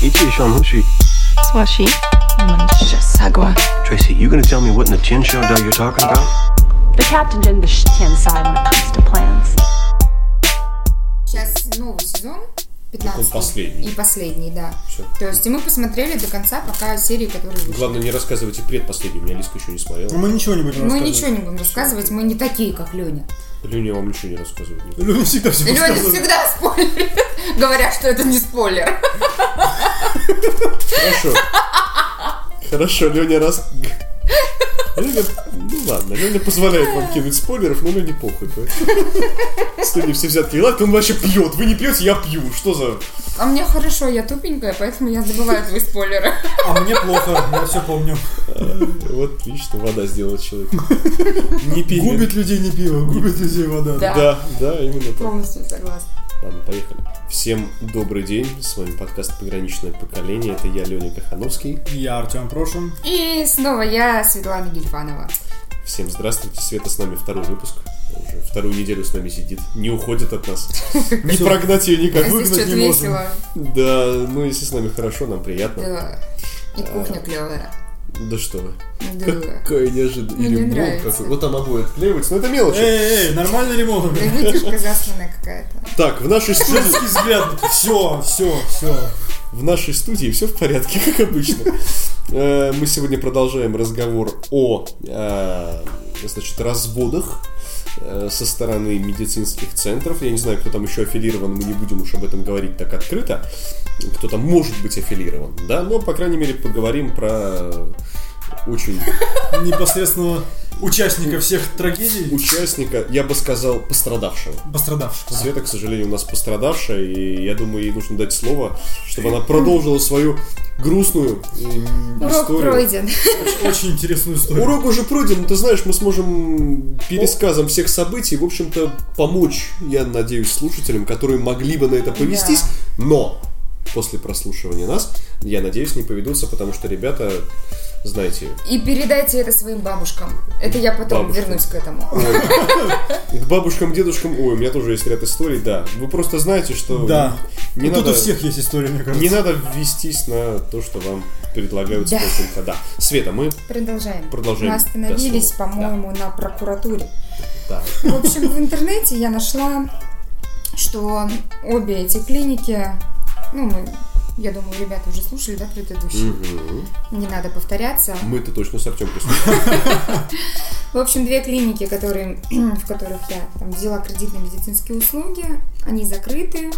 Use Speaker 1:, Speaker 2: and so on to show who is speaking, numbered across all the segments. Speaker 1: He teach on who she.
Speaker 2: Swashi. Sagwa.
Speaker 1: Tracy, you gonna tell me what in the tin show Doug you're talking about?
Speaker 3: The captain in the shit hand side when it comes to plans.
Speaker 4: Сейчас новый сезон, 15
Speaker 5: последний.
Speaker 4: И последний, да.
Speaker 5: Всё.
Speaker 4: То есть и мы посмотрели до конца, пока серии, которые вышли.
Speaker 5: Главное, не рассказывайте предпоследний. У меня Лиска еще не смотрела.
Speaker 6: Мы ничего не будем
Speaker 4: Мы
Speaker 6: рассказывать.
Speaker 4: ничего не будем рассказывать, мы не такие, как Леня.
Speaker 5: Люня вам ничего не рассказывает. никогда.
Speaker 6: Люди всегда все
Speaker 4: Люди
Speaker 6: рассказывают.
Speaker 4: всегда спойлерят, говорят, что это не спойлер.
Speaker 5: Хорошо. Хорошо, Леня раз... Леня, ну ладно, Леня позволяет вам кинуть спойлеров, но Лене похуй. поэтому. Студии все взятки. Ладно, он вообще пьет. Вы не пьете, я пью. Что за...
Speaker 4: А мне хорошо, я тупенькая, поэтому я забываю твои спойлеры.
Speaker 6: А мне плохо, я все помню.
Speaker 5: Вот, видишь, что вода сделала человека. Не пили.
Speaker 6: Губит людей не пиво, губит людей вода.
Speaker 4: Да.
Speaker 5: Да, да, именно так.
Speaker 4: Полностью согласна.
Speaker 5: Ладно, поехали. Всем добрый день. С вами подкаст «Пограничное поколение». Это я, Леня Кахановский.
Speaker 6: Я Артем Прошин.
Speaker 4: И снова я, Светлана Гельфанова.
Speaker 5: Всем здравствуйте. Света с нами второй выпуск. Уже вторую неделю с нами сидит. Не уходит от нас. Не прогнать ее никак.
Speaker 4: А здесь
Speaker 6: выгнать
Speaker 4: что-то
Speaker 6: не можем.
Speaker 4: весело.
Speaker 5: Да, ну если с нами хорошо, нам приятно.
Speaker 4: Да. И кухня клевая.
Speaker 5: Да что вы.
Speaker 4: Да.
Speaker 5: Какая неожиданность.
Speaker 4: Мне
Speaker 5: Или мол
Speaker 4: нравится.
Speaker 5: какой. Вот она будет отклеиваться, но это мелочи.
Speaker 6: Эй, эй, нормальный ремонт.
Speaker 4: Да
Speaker 6: блин.
Speaker 4: вытяжка засланная какая-то.
Speaker 5: Так, в нашей студии...
Speaker 6: Женский взгляд. Все, все, все.
Speaker 5: В нашей студии все в порядке, как обычно. Э, Мы сегодня продолжаем разговор о э, значит, разводах э, со стороны медицинских центров. Я не знаю, кто там еще аффилирован, мы не будем уж об этом говорить так открыто. Кто там может быть аффилирован, да, но, по крайней мере, поговорим про очень
Speaker 6: Непосредственного участника всех трагедий,
Speaker 5: участника, я бы сказал, пострадавшего.
Speaker 6: пострадавшего.
Speaker 5: Света, к сожалению, у нас пострадавшая, и я думаю, ей нужно дать слово, чтобы она продолжила свою грустную м,
Speaker 6: А
Speaker 4: Урок
Speaker 5: историю.
Speaker 4: пройден.
Speaker 6: Очень интересную историю.
Speaker 5: Урок уже пройден, ты знаешь, мы сможем пересказом всех событий, в общем-то, помочь, я надеюсь, слушателям, которые могли бы на это повестись, но после прослушивания нас, я надеюсь, не поведутся, потому что ребята, знаете,
Speaker 4: И передайте это своим бабушкам. Это я потом
Speaker 5: Бабушкам.
Speaker 4: вернусь к этому.
Speaker 5: к бабушкам, дедушкам, ой, у меня тоже есть ряд историй, да, вы просто знаете, что
Speaker 6: Да.
Speaker 5: не
Speaker 6: Ну,
Speaker 5: надо...
Speaker 6: Тут у всех есть история, мне кажется.
Speaker 5: Не надо вестись на то, что вам предлагают
Speaker 4: Да.
Speaker 5: спонсорка. Да. Света, мы...
Speaker 4: Продолжаем.
Speaker 5: Продолжаем.
Speaker 4: Мы остановились,
Speaker 5: Да, слово.
Speaker 4: по-моему, на прокуратуре.
Speaker 5: Да.
Speaker 4: В общем, в интернете я нашла, что обе эти клиники, ну, мы, я думаю, ребята уже слушали, да, предыдущие.
Speaker 5: Мгм.
Speaker 4: Не надо повторяться.
Speaker 5: Мы-то точно с Артем
Speaker 4: В общем, две клиники, которые, в которых я там, взяла кредитные медицинские услуги, они закрыты,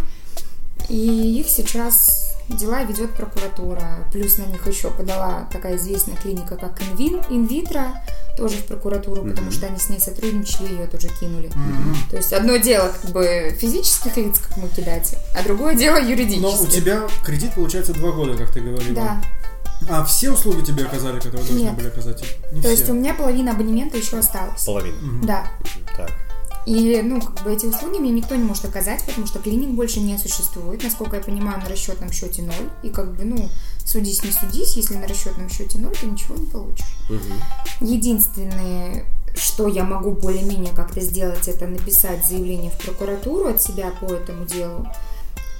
Speaker 4: и их сейчас дела ведет прокуратура. Плюс на них еще подала такая известная клиника, как Инвин, Инвитро, тоже в прокуратуру, потому что они с ней сотрудничали, ее тоже кинули. То есть одно дело как бы физических лиц, как мы кидать, а другое дело юридических.
Speaker 6: Но Ну, у тебя кредит получается два года, как ты говорила.
Speaker 4: Да.
Speaker 6: А все услуги тебе оказали, которые должны
Speaker 4: Нет.
Speaker 6: были оказать? Не
Speaker 4: То
Speaker 6: все.
Speaker 4: есть у меня половина абонемента еще осталась.
Speaker 5: Половина.
Speaker 4: Да.
Speaker 5: Так.
Speaker 4: И, ну, как бы эти услуги мне никто не может оказать, потому что клиник больше не существует. Насколько я понимаю, на расчетном счете ноль. И как бы, ну, судись, не судись, если на расчетном счете ноль, ты ничего не получишь.
Speaker 5: Мгм.
Speaker 4: Единственное, что я могу более-менее как-то сделать, это написать заявление в прокуратуру от себя по этому делу.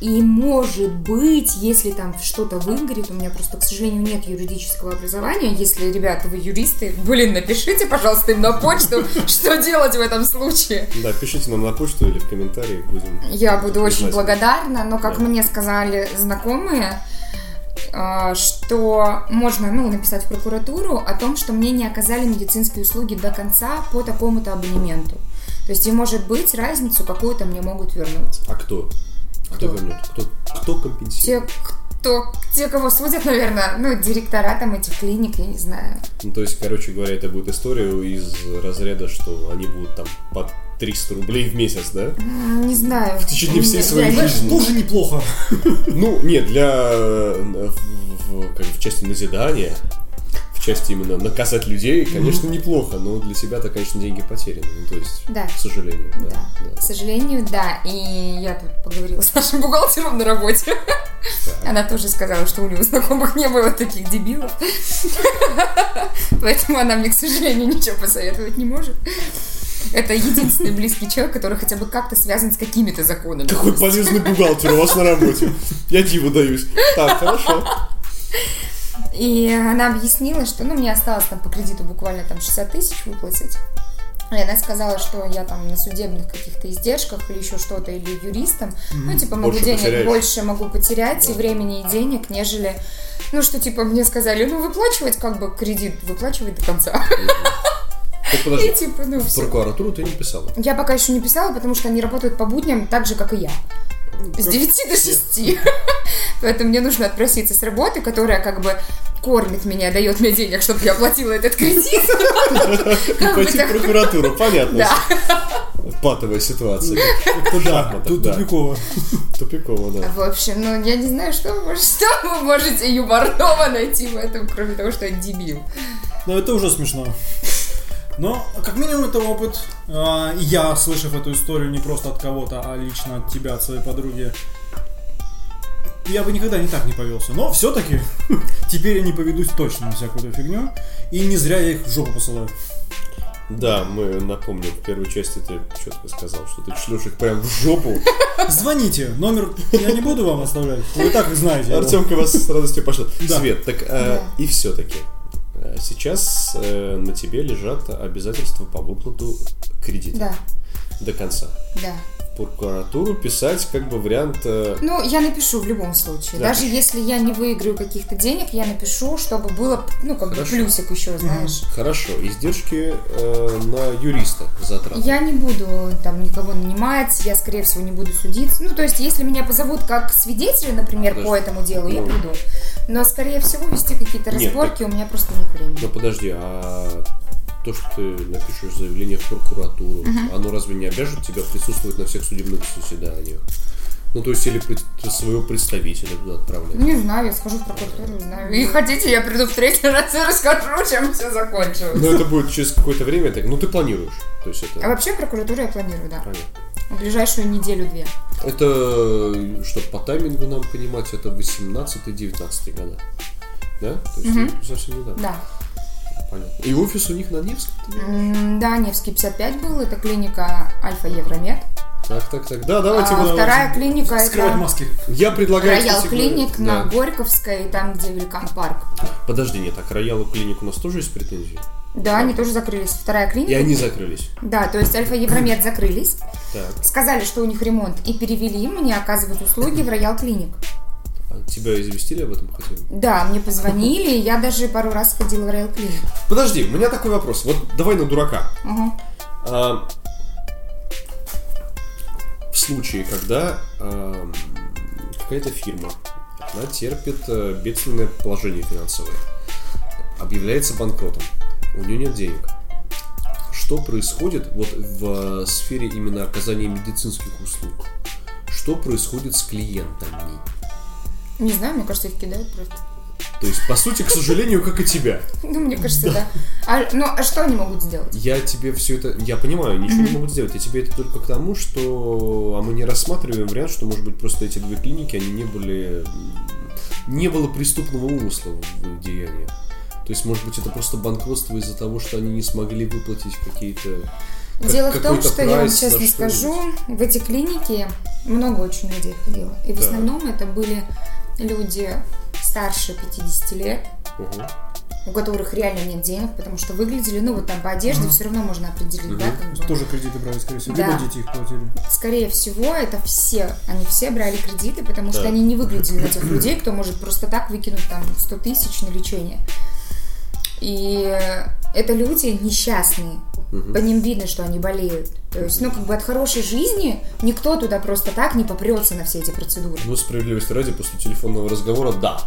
Speaker 4: И может быть, если там что-то выгорит, у меня просто, к сожалению, нет юридического образования. Если, ребята, вы юристы, блин, напишите, пожалуйста, им на почту, что делать в этом случае.
Speaker 5: Да, пишите нам на почту или в комментарии будем.
Speaker 4: Я буду очень
Speaker 5: признательны.
Speaker 4: благодарна, но как
Speaker 5: Да.
Speaker 4: мне сказали знакомые, а, что можно ну, написать в прокуратуру о том, что мне не оказали медицинские услуги до конца по такому-то абонементу. То есть, и может быть, разницу какую-то мне могут вернуть.
Speaker 5: А кто? Кто
Speaker 4: Кто?
Speaker 5: вернет? Кто, кто компенсирует?
Speaker 4: Те, кто, те, кого судят, наверное, ну, директора там этих клиник, я не знаю.
Speaker 5: Ну, то есть, короче говоря, это будет история из разряда, что они будут там по 300 рублей в месяц, да?
Speaker 4: М, Не знаю. В
Speaker 5: течение всей своей жизни.
Speaker 6: Тоже неплохо.
Speaker 5: Ну, нет, для... э, В, в- как в части назидания, в части именно наказать людей, конечно, неплохо, но для себя-то, конечно, деньги потеряны. Ну, то есть,
Speaker 4: Да.
Speaker 5: к сожалению. Да.
Speaker 4: Да, к сожалению, да. И я тут поговорила с нашим бухгалтером на работе.
Speaker 5: Так.
Speaker 4: Она тоже сказала, что у него знакомых не было таких дебилов. Поэтому она мне, к сожалению, ничего посоветовать не может. Это единственный близкий человек, который хотя бы как-то связан с какими-то законами.
Speaker 5: Какой полезный бухгалтер у вас на работе. Я диву даюсь. Так, хорошо.
Speaker 4: И она объяснила, что ну, мне осталось там по кредиту буквально там 60 тысяч выплатить. И она сказала, что я там на судебных каких-то издержках или еще что-то, или юристом, ну, типа, могу
Speaker 5: Больше
Speaker 4: денег
Speaker 5: потеряешь.
Speaker 4: больше могу потерять и времени, и денег, нежели, ну, что, типа, мне сказали, ну, выплачивать как бы кредит, выплачивать до конца.
Speaker 5: Так,
Speaker 4: И,
Speaker 5: подожди.
Speaker 4: типа, ну,
Speaker 5: В
Speaker 4: все.
Speaker 5: прокуратуру ты не писала.
Speaker 4: Я пока еще не писала, потому что они работают по будням так же, как и я. С 9 до 6. Поэтому мне нужно отпроситься с работы, которая как бы кормит меня, дает мне денег, чтобы я платила этот кредит. Как бы
Speaker 5: Пойти в
Speaker 4: так.
Speaker 5: прокуратуру, понятно.
Speaker 4: Да.
Speaker 5: Патовая ситуация.
Speaker 6: Да, тут
Speaker 5: да.
Speaker 6: тупиково.
Speaker 5: Тупиково, да.
Speaker 4: В общем, ну я не знаю, что вы, мож- что вы можете юморного найти в этом, кроме того, что я дебил.
Speaker 6: Но это уже смешно. Но, как минимум, это опыт. А, и Я, слышав эту историю не просто от кого-то, а лично от тебя, от своей подруги, я бы никогда не так не повелся. Но все-таки теперь я не поведусь точно на всякую эту фигню. И не зря я их в жопу посылаю.
Speaker 5: Да, мы напомним, в первой части ты четко сказал, что ты шлешь их прям в жопу.
Speaker 6: Звоните. Номер я не буду вам оставлять. Вы и так их знаете. его.
Speaker 5: Артемка вас с радостью пошлет.
Speaker 6: Да.
Speaker 5: Свет, так э, и все-таки. Сейчас э, на тебе лежат обязательства по выплату кредита
Speaker 4: Да,
Speaker 5: до конца.
Speaker 4: да.
Speaker 5: В прокуратуру писать как бы вариант... э,
Speaker 4: Ну, я напишу в любом случае.
Speaker 5: Да.
Speaker 4: Даже если я не выиграю каких-то денег, я напишу, чтобы было, ну, как бы
Speaker 5: Хорошо.
Speaker 4: плюсик еще, знаешь.
Speaker 5: Хорошо, издержки э, на юриста затраты.
Speaker 4: Я не буду там никого нанимать, я, скорее всего, не буду судиться. Ну, то есть, если меня позовут как свидетеля, например, по
Speaker 5: Подожди.
Speaker 4: этому делу, я
Speaker 5: Ну.
Speaker 4: приду. Но, скорее всего, вести какие-то
Speaker 5: Нет,
Speaker 4: разборки у меня просто нет времени.
Speaker 5: Ну подожди, а то, что ты напишешь заявление в прокуратуру, оно разве не обяжет тебя присутствовать на всех судебных заседаниях? Ну, то есть, или пред- своего представителя туда отправлять.
Speaker 4: Не знаю, я схожу в прокуратуру, узнаю. И хотите, я приду в третий раз и расскажу, чем все закончилось.
Speaker 5: Но Ну, это будет через какое-то время, так, ну, ты планируешь. То есть,
Speaker 4: А
Speaker 5: это...
Speaker 4: вообще прокуратуру я планирую, да.
Speaker 5: Понятно.
Speaker 4: В ближайшую неделю-две.
Speaker 5: Это, чтобы по таймингу нам понимать, это 18-19 года. Да? То есть, ну, совсем недавно.
Speaker 4: Да.
Speaker 5: Понятно. И офис у них на Невском? ты говоришь?
Speaker 4: М, Да, Невский 55 был, это клиника Альфа Евромед.
Speaker 5: Так, так, так. Да, давайте.
Speaker 4: А
Speaker 5: мы-
Speaker 4: вторая клиника
Speaker 6: Скрывать
Speaker 4: это
Speaker 6: маски.
Speaker 5: Я предлагаю...
Speaker 4: Роял
Speaker 5: кстати,
Speaker 4: Клиник
Speaker 5: говорю-
Speaker 4: на
Speaker 5: Да.
Speaker 4: Горьковской, там, где великан парк.
Speaker 5: Подожди, нет, а к Роялу клиник у нас тоже есть претензии?
Speaker 4: Да, они тоже закрылись. Вторая
Speaker 5: И
Speaker 4: клиника.
Speaker 5: они закрылись.
Speaker 4: Да, то есть Альфа Евромед закрылись,
Speaker 5: Так,
Speaker 4: сказали, что у них ремонт, и перевели мне оказывать услуги в Роял Клиник.
Speaker 5: а тебя известили об этом хотя бы?
Speaker 4: Да, мне позвонили, и я даже пару раз ходила в Роял Клиник.
Speaker 5: Подожди, у меня такой вопрос. Вот давай на дурака. А, в случае, когда а, какая-то фирма, она терпит а, бедственное положение финансовое, объявляется банкротом, у нее нет денег. Что происходит вот в а, сфере именно оказания медицинских услуг? Что происходит с клиентами?
Speaker 4: Не знаю, мне кажется, их кидают просто.
Speaker 5: То есть, по сути, к сожалению, как и тебя.
Speaker 4: Ну, мне кажется, да. А, ну, а что они могут сделать?
Speaker 5: Я тебе все это... Я понимаю, ничего не могут сделать. Я тебе это только к тому, что... А мы не рассматриваем вариант, что, может быть, просто эти две клиники, они не были... Не было преступного умысла в их деяниях. То есть, может быть, это просто банкротство из-за того, что они не смогли выплатить какие-то... как-
Speaker 4: Дело в том,
Speaker 5: какой-то
Speaker 4: что я вам
Speaker 5: прайс на
Speaker 4: честно
Speaker 5: что-нибудь.
Speaker 4: скажу, в эти клиники много очень людей ходило. И в
Speaker 5: Да.
Speaker 4: основном это были люди старше 50 лет,
Speaker 5: Мгм.
Speaker 4: у которых реально нет денег, потому что выглядели, ну, вот там по одежде все равно можно определить, да, как бы.
Speaker 6: Тоже кредиты брали, скорее всего.
Speaker 4: Да.
Speaker 6: Либо дети их платили.
Speaker 4: Скорее всего, это все, они все брали кредиты, потому что
Speaker 5: Да.
Speaker 4: они не выглядели на тех людей, кто может просто так выкинуть там 100 тысяч на лечение. И это люди несчастные. По ним видно, что они болеют. То есть, ну, как бы от хорошей жизни никто туда просто так не попрется на все эти процедуры.
Speaker 5: Ну, справедливости ради, после телефонного разговора, да.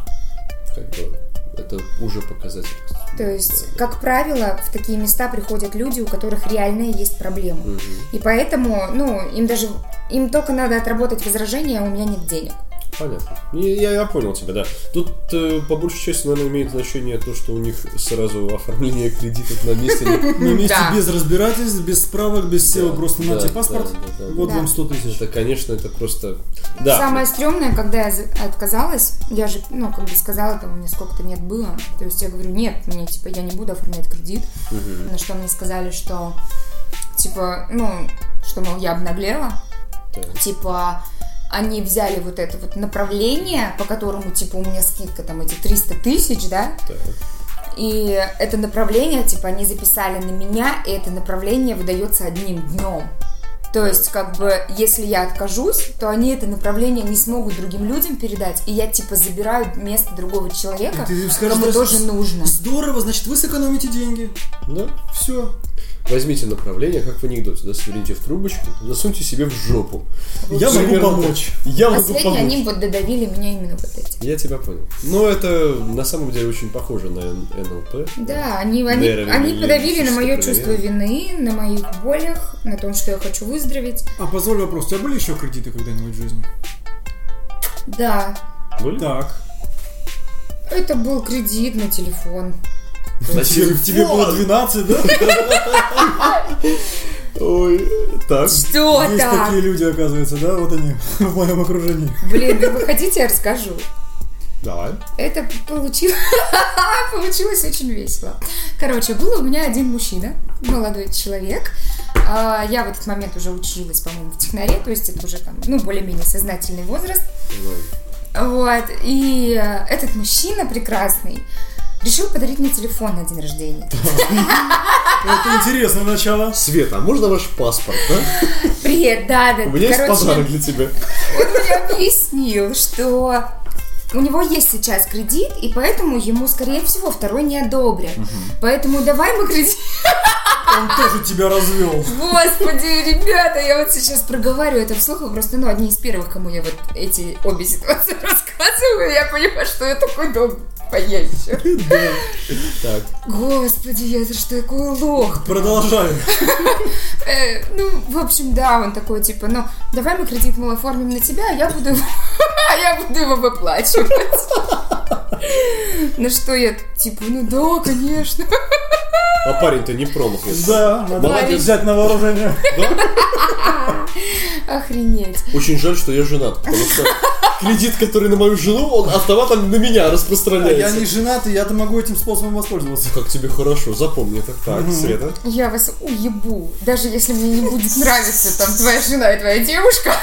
Speaker 5: Как бы, это уже показатель.
Speaker 4: То есть, как правило, в такие места приходят люди, у которых реально есть проблемы. И поэтому, ну, им даже, им только надо отработать возражение, а у меня нет денег.
Speaker 5: Понятно. Не, Я, я понял тебя, да. Тут э, по большей части, наверное, имеет значение то, что у них сразу оформление кредитов на месте. не-
Speaker 6: На месте
Speaker 4: Да.
Speaker 6: без разбирательств, без справок, без всего.
Speaker 5: Да,
Speaker 6: Просто на
Speaker 5: да,
Speaker 6: тебе
Speaker 5: да,
Speaker 6: паспорт.
Speaker 5: да, да.
Speaker 6: Вот
Speaker 4: Да.
Speaker 6: вам 100 тысяч.
Speaker 5: Это, конечно, это просто... Да.
Speaker 4: Самое стрёмное, когда я за- отказалась, я же, ну, как бы сказала, там, у меня сколько-то нет было. То есть я говорю, нет, мне, типа, я не буду оформлять кредит. На что мне сказали, что, Типа, ну, что, мол, я обнаглела.
Speaker 5: Так.
Speaker 4: Типа, они взяли вот это вот направление, по которому, типа, у меня скидка там эти 300 тысяч, да,
Speaker 5: Так.
Speaker 4: и это направление, типа, они записали на меня, и это направление выдается одним днем. То есть, как бы, если я откажусь, то они это направление не смогут другим людям передать, и я, типа, забираю место другого человека,
Speaker 6: Ты им скажешь,
Speaker 4: что
Speaker 6: «Раз-
Speaker 4: тоже нужно.
Speaker 6: Здорово, значит, вы сэкономите деньги.
Speaker 5: Да.
Speaker 6: Все.
Speaker 5: Ну, Возьмите направление, как в анекдоте, да, сверните в трубочку, засуньте себе в жопу.
Speaker 6: Я
Speaker 5: Вот
Speaker 6: могу
Speaker 5: примерно так.
Speaker 6: помочь.
Speaker 5: Я могу
Speaker 4: Последние
Speaker 5: помочь.
Speaker 4: они вот додавили меня именно вот эти.
Speaker 5: Я тебя понял. Ну, это на самом деле очень похоже на Н- НЛП.
Speaker 4: Да, они, они,
Speaker 5: Нейролингвистическое
Speaker 4: они подавили на мое
Speaker 5: проверка.
Speaker 4: чувство вины, на моих болях, на том, что я хочу выздороветь.
Speaker 6: А позволь вопрос, у тебя были еще кредиты когда-нибудь в жизни?
Speaker 4: Да,
Speaker 5: Были?
Speaker 6: Так.
Speaker 4: это был кредит на телефон.
Speaker 6: Тебе,
Speaker 5: Зачем?
Speaker 6: тебе было 12, да?
Speaker 5: Ой, так.
Speaker 4: Что
Speaker 6: Есть
Speaker 4: так?
Speaker 6: такие люди, оказывается, да? Вот они в моем окружении.
Speaker 4: Блин, да вы хотите, я расскажу.
Speaker 5: Давай.
Speaker 4: Это получилось, получилось очень весело. Короче, был у меня один мужчина, молодой человек. А, Я в этот момент уже училась, по-моему, в технаре, то есть это уже там, ну, более-менее сознательный возраст. Вот, и э, этот мужчина прекрасный решил подарить мне телефон на день рождения.
Speaker 6: Это интересное начало.
Speaker 5: Света, а можно ваш паспорт, да?
Speaker 4: Привет, да, да.
Speaker 5: У меня есть
Speaker 4: короче,
Speaker 5: подарок для тебя.
Speaker 4: Он мне объяснил, что у него есть сейчас кредит, и поэтому ему, скорее всего, второй не одобрят. Поэтому давай мы кредит...
Speaker 6: Он тоже тебя развел.
Speaker 4: Господи, ребята, я вот сейчас проговариваю это вслух, вы просто, ну, одни из первых, кому я вот эти обе ситуации рассказываю, я понимаю, что я такой дом поезжу.
Speaker 5: Так.
Speaker 4: Господи, я за что такой лох?
Speaker 6: Продолжай.
Speaker 4: Э, ну, в общем, да, он такой, типа, ну, давай мы кредит, мол, оформим на тебя, а я буду, его- а я буду его выплачивать. На что я, типа, ну да, конечно.
Speaker 5: А парень-то не промахнется.
Speaker 6: Да, надо
Speaker 5: Молодец.
Speaker 6: взять на вооружение.
Speaker 4: Охренеть.
Speaker 5: Очень жаль, что я женат, потому что кредит, который на мою жену, он автоматом на меня распространяется.
Speaker 6: А Я не женат, и я-то могу этим способом воспользоваться.
Speaker 5: Как тебе хорошо, запомни это. Так, Света.
Speaker 4: Я вас уебу, даже если мне не будет нравиться там твоя жена и твоя девушка.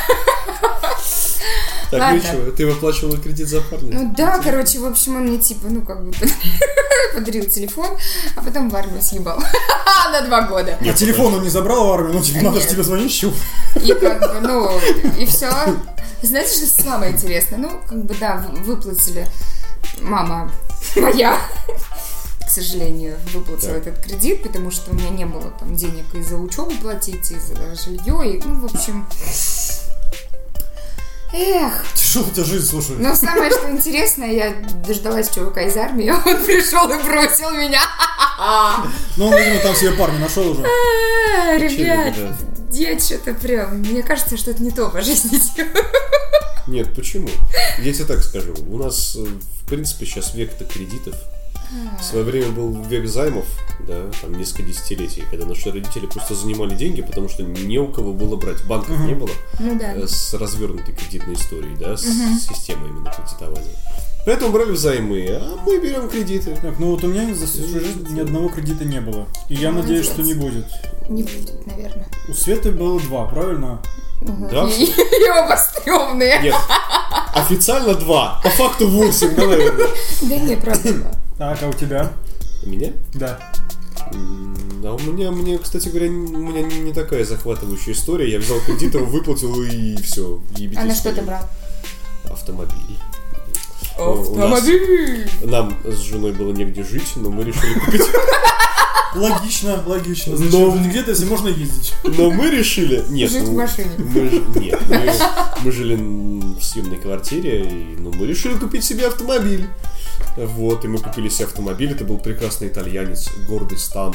Speaker 5: Так,
Speaker 4: Ладно.
Speaker 5: ничего, ты выплачивала кредит за парня?
Speaker 4: Ну да, короче, в общем, он мне типа, ну как бы подарил телефон, а потом в армию съебал. На два года.
Speaker 6: Я телефон он не забрал в армию, но тебе надо же
Speaker 4: Нет.
Speaker 6: тебе звонить, щуп.
Speaker 4: И как бы, ну, и все. Знаете, что самое интересное? Ну, как бы, да, вы- выплатили мама моя, к сожалению, выплатила
Speaker 5: Так.
Speaker 4: этот кредит, потому что у меня не было там денег и за учебу платить, и за жилье, и, ну, в общем... Эх,
Speaker 6: Тяжело у тебя жизнь, слушай.
Speaker 4: но самое, что интересное, я дождалась чувака из армии, он пришел и бросил меня.
Speaker 6: Ну, он, видимо, там себе парня нашел уже.
Speaker 4: А, Ребят,
Speaker 5: Очевидно,
Speaker 4: я что-то прям, мне кажется, что-то не то по жизни делаю.
Speaker 5: Нет, почему? Я тебе так скажу. У нас, э, в принципе, сейчас век-то кредитов. В свое время был век займов, да, там несколько десятилетий, когда наши родители просто занимали деньги, потому что не у кого было брать. Банков не было
Speaker 4: Ну да.
Speaker 5: э, с развернутой кредитной историей, да, с системой именно кредитования. Поэтому брали взаймы, а мы берем кредиты.
Speaker 6: Так, ну вот у меня за всю жизнь ни одного кредита не было. И я надеюсь, что не будет.
Speaker 4: Не будет, наверное.
Speaker 6: У Светы было два, правильно?
Speaker 5: Да?
Speaker 4: И, и оба стрёмные.
Speaker 5: Нет. Официально два, по факту восемь, да, наверное.
Speaker 4: Да не, правда. да.
Speaker 6: Так, а у тебя?
Speaker 5: У меня?
Speaker 6: Да.
Speaker 5: М, А у меня, мне, кстати говоря, н- у меня не не такая захватывающая история. Я взял кредит, его выплатил и все.
Speaker 4: А на что ты брал?
Speaker 5: Автомобиль. Ну, у нас- Нам с женой было негде жить, но мы решили купить.
Speaker 6: Логично, логично.
Speaker 5: Но-
Speaker 6: Зачем жить где-то, если можно ездить?
Speaker 5: Но мы решили... Нет,
Speaker 4: Жить в
Speaker 5: ну,
Speaker 4: машине.
Speaker 5: Мы, ж- нет, мы, мы жили м, в съемной квартире, и, ну, мы решили купить себе автомобиль. Вот, и мы купили себе автомобиль. Это был прекрасный итальянец, гордый стан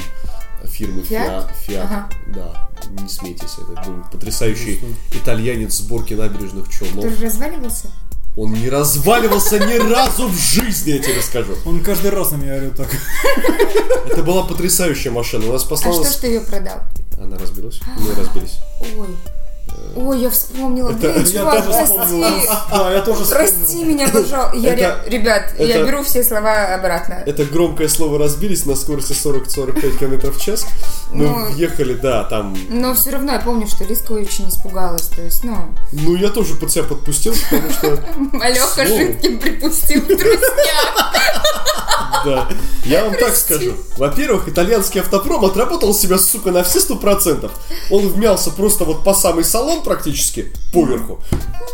Speaker 5: фирмы Fiat.
Speaker 4: Fiat?
Speaker 5: Fiat,
Speaker 4: Ага.
Speaker 5: Да, не смейтесь, это был потрясающий итальянец сборки набережных
Speaker 4: Ты
Speaker 5: Челнов.
Speaker 4: же разваливался?
Speaker 5: Он не разваливался ни разу в жизни, я тебе скажу.
Speaker 6: Он каждый раз на меня орет так.
Speaker 5: Это была потрясающая машина. У нас
Speaker 4: А что ж
Speaker 5: послалась...
Speaker 4: ты ее продал?
Speaker 5: Она разбилась? Мы разбились.
Speaker 4: Ой. Ой, я вспомнила.
Speaker 5: Э, Это-
Speaker 4: Блин,
Speaker 5: я
Speaker 4: чувак,
Speaker 6: тоже вспомнил.
Speaker 4: прости.
Speaker 6: Да, А, я тоже
Speaker 4: Прости
Speaker 6: вспомнил.
Speaker 4: меня, пожалуйста. Я,
Speaker 5: Это-
Speaker 4: ре- ребят, я
Speaker 5: это-
Speaker 4: беру все слова обратно.
Speaker 5: Это громкое слово разбились на скорости 40-45 км в час. Мы
Speaker 4: Ну,
Speaker 5: въехали, да, там...
Speaker 4: Но все равно я помню, что Лиска очень испугалась. То есть, ну, а
Speaker 5: Ну, я тоже под себя подпустил, потому что...
Speaker 4: Алёха
Speaker 5: Слово.
Speaker 4: жидким припустил в трусняк.
Speaker 5: Да. Я вам так скажу. Во-первых, итальянский автопром отработал себя, сука, на все сто процентов. Он вмялся просто вот по самый салон практически, поверху.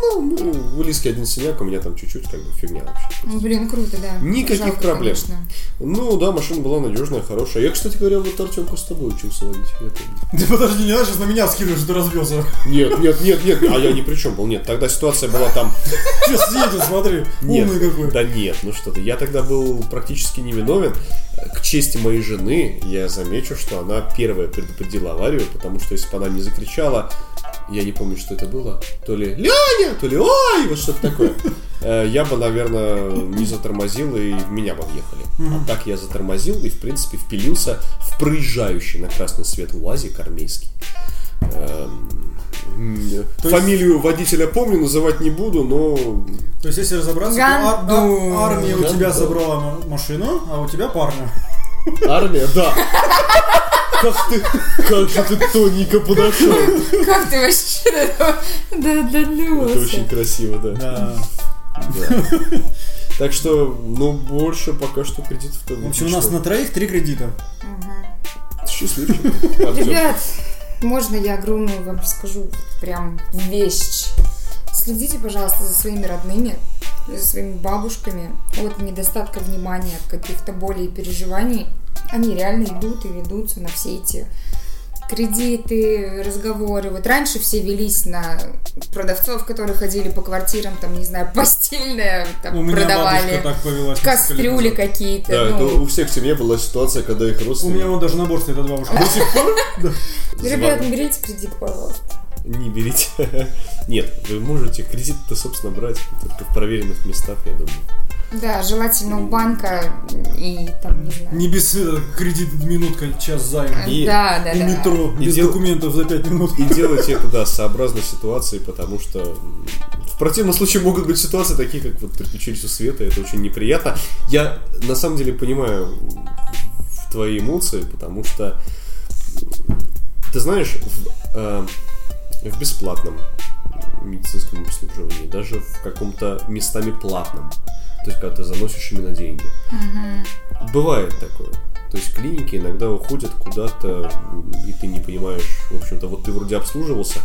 Speaker 5: Ну, ну, у Лиски один синяк, у меня там чуть-чуть как бы фигня вообще.
Speaker 4: Ну, Блин, круто, да.
Speaker 5: Никаких
Speaker 4: Жалко,
Speaker 5: проблем.
Speaker 4: конечно.
Speaker 5: Ну да, машина была надежная, хорошая. Я, кстати говоря, вот Артемку с тобой учился водить, я помню.
Speaker 6: Ты подожди, не надо сейчас на меня скидывать, что ты разбился.
Speaker 5: Нет, нет, нет, нет, а я ни при чем был. Нет, тогда ситуация была там...
Speaker 6: Сейчас едет, смотри,
Speaker 5: Нет,
Speaker 6: умный какой.
Speaker 5: да нет, ну что ты. Я тогда был практически невиновен. К чести моей жены, я замечу, что она первая предупредила аварию, потому что если бы она не закричала, я не помню, что это было, то ли «Ляня!», то ли «Ой!», вот что-то такое. Э, Я бы, наверное, не затормозил и в меня бы въехали. А так я затормозил и, в принципе, впилился в проезжающий на красный свет УАЗик армейский. Эм, м,
Speaker 6: есть-
Speaker 5: Фамилию водителя помню, называть не буду, но
Speaker 6: То есть, если разобраться, то
Speaker 4: Ган-
Speaker 6: ар- а- армия у
Speaker 5: Гандон.
Speaker 6: тебя забрала ма- машину, а у тебя парня.
Speaker 5: Армия, да. Как ты, как же ты тоненько подошел.
Speaker 4: Как ты вообще да,
Speaker 5: Это очень
Speaker 4: додумался?
Speaker 5: красиво, да.
Speaker 6: Да.
Speaker 5: Да. Так что, ну, больше пока что кредитов-то
Speaker 6: В общем, у нас на троих три кредита.
Speaker 5: Счастливчик.
Speaker 4: Ребят, можно я огромную вам скажу прям вещь? Следите, пожалуйста, за своими родными, за своими бабушками от недостатка внимания, от каких-то болей и переживаний. Они реально идут и ведутся на все эти кредиты, разговоры. Вот раньше все велись на продавцов, которые ходили по квартирам, там, не знаю, постельное там,
Speaker 6: У меня бабушка
Speaker 4: продавали,
Speaker 6: так повелась. несколько лет
Speaker 4: кастрюли
Speaker 6: назад.
Speaker 4: какие-то.
Speaker 5: Да,
Speaker 4: ну.
Speaker 5: это у всех в семье была ситуация, когда их
Speaker 6: У меня
Speaker 5: родственники...
Speaker 6: вот даже набор стоит от бабушки. До сих пор? Да.
Speaker 4: Ребят,
Speaker 5: звали.
Speaker 4: не берите кредит, пожалуйста.
Speaker 5: Не берите. Нет, вы можете кредит-то, собственно, брать только в проверенных местах, я думаю.
Speaker 4: Да, желательно у банка и там, не знаю.
Speaker 6: Не без э, кредит минутка, час займа.
Speaker 5: И-
Speaker 4: да, да,
Speaker 6: И
Speaker 4: да.
Speaker 6: метро
Speaker 5: И
Speaker 6: без
Speaker 5: дел-
Speaker 6: документов за пять минут.
Speaker 5: И делайте это, да, сообразно ситуации, потому что м, в противном случае могут быть ситуации такие, как вот приключились у Света, это очень неприятно. Я на самом деле понимаю м, твои эмоции, потому что, м, ты знаешь, в, э, в бесплатном медицинском обслуживании, даже в каком-то местами платном, то есть когда ты заносишь именно деньги, Бывает такое. То есть клиники иногда уходят куда-то, и ты не понимаешь, в общем-то, вот ты вроде обслуживался.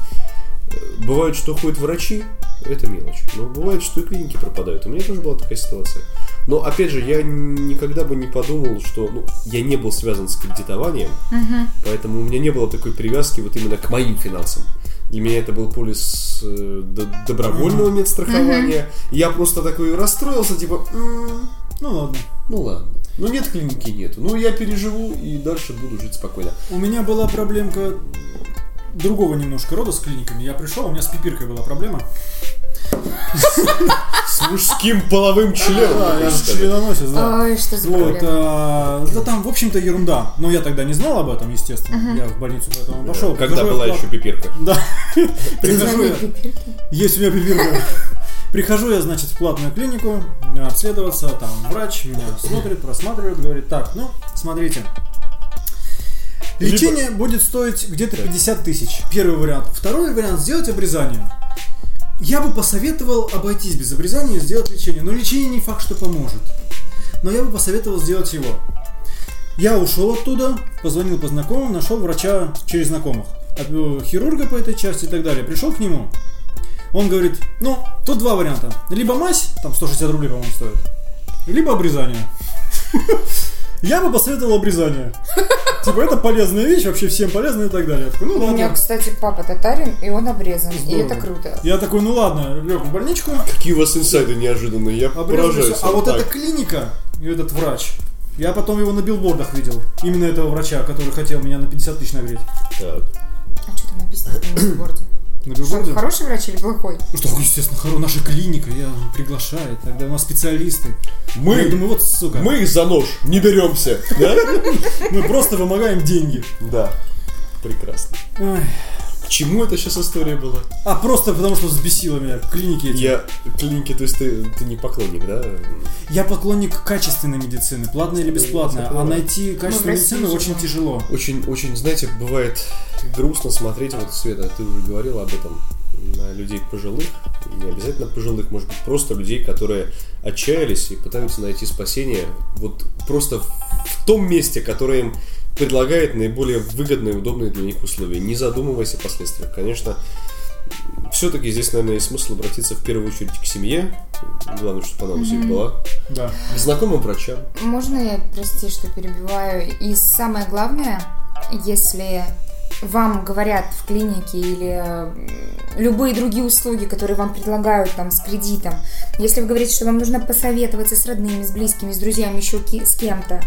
Speaker 5: Э, Бывает, что уходят врачи, это мелочь. Но бывает, что и клиники пропадают. У меня тоже была такая ситуация. Но, опять же, я никогда бы не подумал, что... Ну, я не был связан с кредитованием, поэтому у меня не было такой привязки вот именно к моим финансам. Для меня это был полис э, д- добровольного медстрахования. Я просто такой расстроился, типа... «М,
Speaker 6: Ну ладно.
Speaker 5: ну ладно. Ну нет клиники, нету. Ну я переживу и дальше буду жить спокойно.
Speaker 6: У меня была проблемка другого немножко рода с клиниками. Я пришел, у меня с пипиркой была проблема.
Speaker 5: С мужским половым членом.
Speaker 6: Да, я
Speaker 5: можно
Speaker 6: же
Speaker 5: сказать.
Speaker 6: членоносец, да. Ну,
Speaker 4: Ой, что за
Speaker 6: Вот,
Speaker 4: проблема.
Speaker 6: а, да там, в общем-то, ерунда. Но я тогда не знал об этом, естественно. Я в больницу поэтому пошел.
Speaker 5: Когда
Speaker 6: Прихожу я
Speaker 5: была
Speaker 6: в
Speaker 5: еще
Speaker 6: палату.
Speaker 5: пипирка.
Speaker 6: Да.
Speaker 4: Ты
Speaker 6: Прихожу
Speaker 4: звонил
Speaker 6: я. Ну,
Speaker 4: Пипирке?
Speaker 6: Есть у меня пипирка. Прихожу я, значит, в платную клинику, обследоваться, там врач меня смотрит, просматривает, говорит, так, ну, смотрите, лечение будет стоить где-то 50 тысяч, первый вариант. Второй вариант, сделать обрезание. Я бы посоветовал обойтись без обрезания и сделать лечение, но лечение не факт, что поможет. Но я бы посоветовал сделать его. Я ушел оттуда, позвонил по знакомым, нашел врача через знакомых, от, э, хирурга по этой части и так далее. Пришел к нему, он говорит, ну, тут два варианта. Либо мазь, там 160 рублей, по-моему, стоит, либо обрезание. Я бы посоветовал обрезание. Типа, это полезная вещь, вообще всем полезно и так далее. Я такой, ну
Speaker 4: У меня,
Speaker 6: ладно.
Speaker 4: кстати, папа татарин, и он обрезан. И
Speaker 6: Здорово.
Speaker 4: это круто.
Speaker 6: Я такой, ну ладно, лег в больничку,
Speaker 5: Какие у вас инсайды неожиданные, я
Speaker 6: обрезался.
Speaker 5: поражаюсь.
Speaker 6: А вот
Speaker 5: так.
Speaker 6: эта клиника и этот врач, я потом его на билбордах видел. Именно этого врача, который хотел меня на 50 тысяч нагреть.
Speaker 5: Так.
Speaker 4: А что там написано на билборде?
Speaker 6: На
Speaker 4: Что,
Speaker 6: билборде?
Speaker 4: хороший врач или плохой?
Speaker 6: Ну что, естественно, хоро, наша клиника, я приглашаю, тогда у нас специалисты. Я
Speaker 5: Мы,
Speaker 6: думаю, вот сука,
Speaker 5: мы их за нож не беремся. Да?
Speaker 6: мы просто вымогаем деньги.
Speaker 5: Да. Прекрасно.
Speaker 6: Ой.
Speaker 5: К чему это сейчас история была?
Speaker 6: А просто потому, что взбесило меня клиники эти.
Speaker 5: Я клиники, то есть ты, ты не поклонник, да?
Speaker 6: Я поклонник качественной медицины, платной или бесплатной. А
Speaker 5: Такого.
Speaker 6: найти качественную
Speaker 4: в России
Speaker 6: медицину
Speaker 4: же
Speaker 6: очень
Speaker 4: мы-
Speaker 6: тяжело.
Speaker 5: Очень, очень, знаете, бывает грустно смотреть, вот, Света, ты уже говорила об этом, на людей пожилых, не обязательно пожилых, может быть, просто людей, которые отчаялись и пытаются найти спасение вот просто в в том месте, которое им предлагает наиболее выгодные и удобные для них условия, не задумываясь о последствиях. Конечно, все-таки здесь, наверное, есть смысл обратиться в первую очередь к семье, главное, чтобы она у всех была,
Speaker 6: Да.
Speaker 5: к знакомым врачам.
Speaker 4: Можно я, прости, что перебиваю? И самое главное, если вам говорят в клинике или м, любые другие услуги, которые вам предлагают там с кредитом, если вы говорите, что вам нужно посоветоваться с родными, с близкими, с друзьями, еще ки- с кем-то,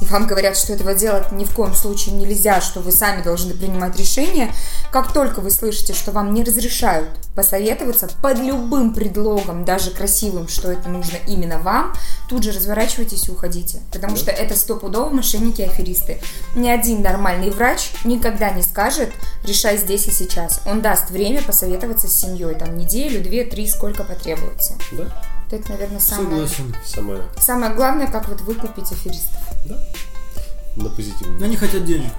Speaker 4: и вам говорят, что этого делать ни в коем случае нельзя, что вы сами должны принимать решение, как только вы слышите, что вам не разрешают посоветоваться под любым предлогом, даже красивым, что это нужно именно вам, тут же разворачивайтесь и уходите. Потому что это стопудово мошенники и аферисты. Ни один нормальный врач никогда не скажет, решай здесь и сейчас. Он даст время посоветоваться с семьей, там неделю, две, три, сколько потребуется.
Speaker 5: Да,
Speaker 4: Вот это, наверное, самое,
Speaker 6: Согласен.
Speaker 5: самое
Speaker 4: самое главное, как вот выкупить аферистов.
Speaker 5: на позитивном.
Speaker 6: Они хотят денег.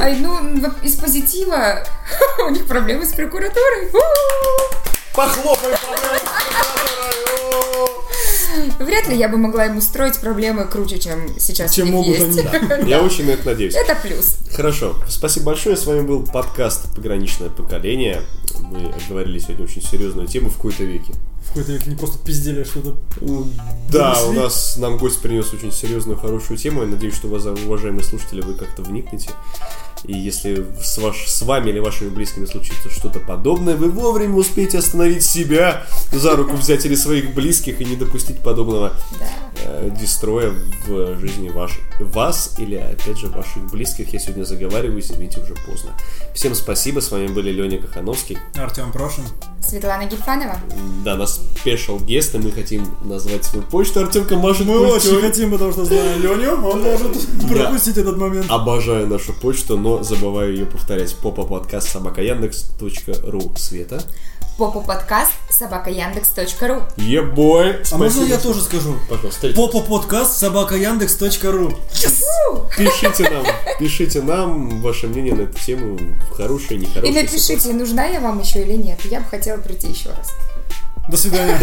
Speaker 4: Ай, ну, в- из позитива у них проблемы с прокуратурой. У-у-у.
Speaker 5: Похлопаем, пожалуйста, Федора!
Speaker 4: Вряд ли я бы могла им устроить проблемы круче, чем сейчас
Speaker 6: Чем
Speaker 4: у них
Speaker 6: могут
Speaker 4: есть.
Speaker 6: они, да.
Speaker 5: О! Я очень на это надеюсь.
Speaker 4: Это плюс.
Speaker 5: Хорошо, спасибо большое. С вами был подкаст «Пограничное поколение». Мы обговорили сегодня очень серьезную тему в какой-то веке.
Speaker 6: В какой-то век не просто пиздели, а что-то
Speaker 5: Да, у
Speaker 6: Донесли.
Speaker 5: нас нам гость принес очень серьезную, хорошую тему. Я надеюсь, что вас, уважаемые слушатели, вы как-то вникнете. И если с, ваш, с вами или вашими близкими случится что-то подобное, вы вовремя успеете остановить себя, за руку взять или своих близких и не допустить подобного э, дестроя в жизни ваш, вас или, опять же, ваших близких. Я сегодня заговариваюсь, извините, уже поздно. Всем спасибо, с вами были Леня Кахановский.
Speaker 6: Артем Прошин.
Speaker 4: Светлана Гельфанова.
Speaker 5: Да, нас спешл гест, и мы хотим назвать свою почту. Артемка машет
Speaker 6: Мы
Speaker 5: культёй.
Speaker 6: очень хотим, потому что знаем Леню, он может пропустить этот момент.
Speaker 5: А, Обожаю нашу почту, но забываю ее повторять. Попа подкаст собака ру Света.
Speaker 4: Попу подкаст собака ру.
Speaker 5: Ебой!
Speaker 6: А можно я тоже скажу?
Speaker 5: Пожалуйста,
Speaker 6: Попа подкаст собака Яндекс.ру.
Speaker 5: пишите нам, пишите нам ваше мнение на эту тему, хорошее, нехорошее.
Speaker 4: И напишите,
Speaker 5: ситуация.
Speaker 4: нужна я вам еще или нет. Я бы хотела прийти еще раз.
Speaker 6: До свидания.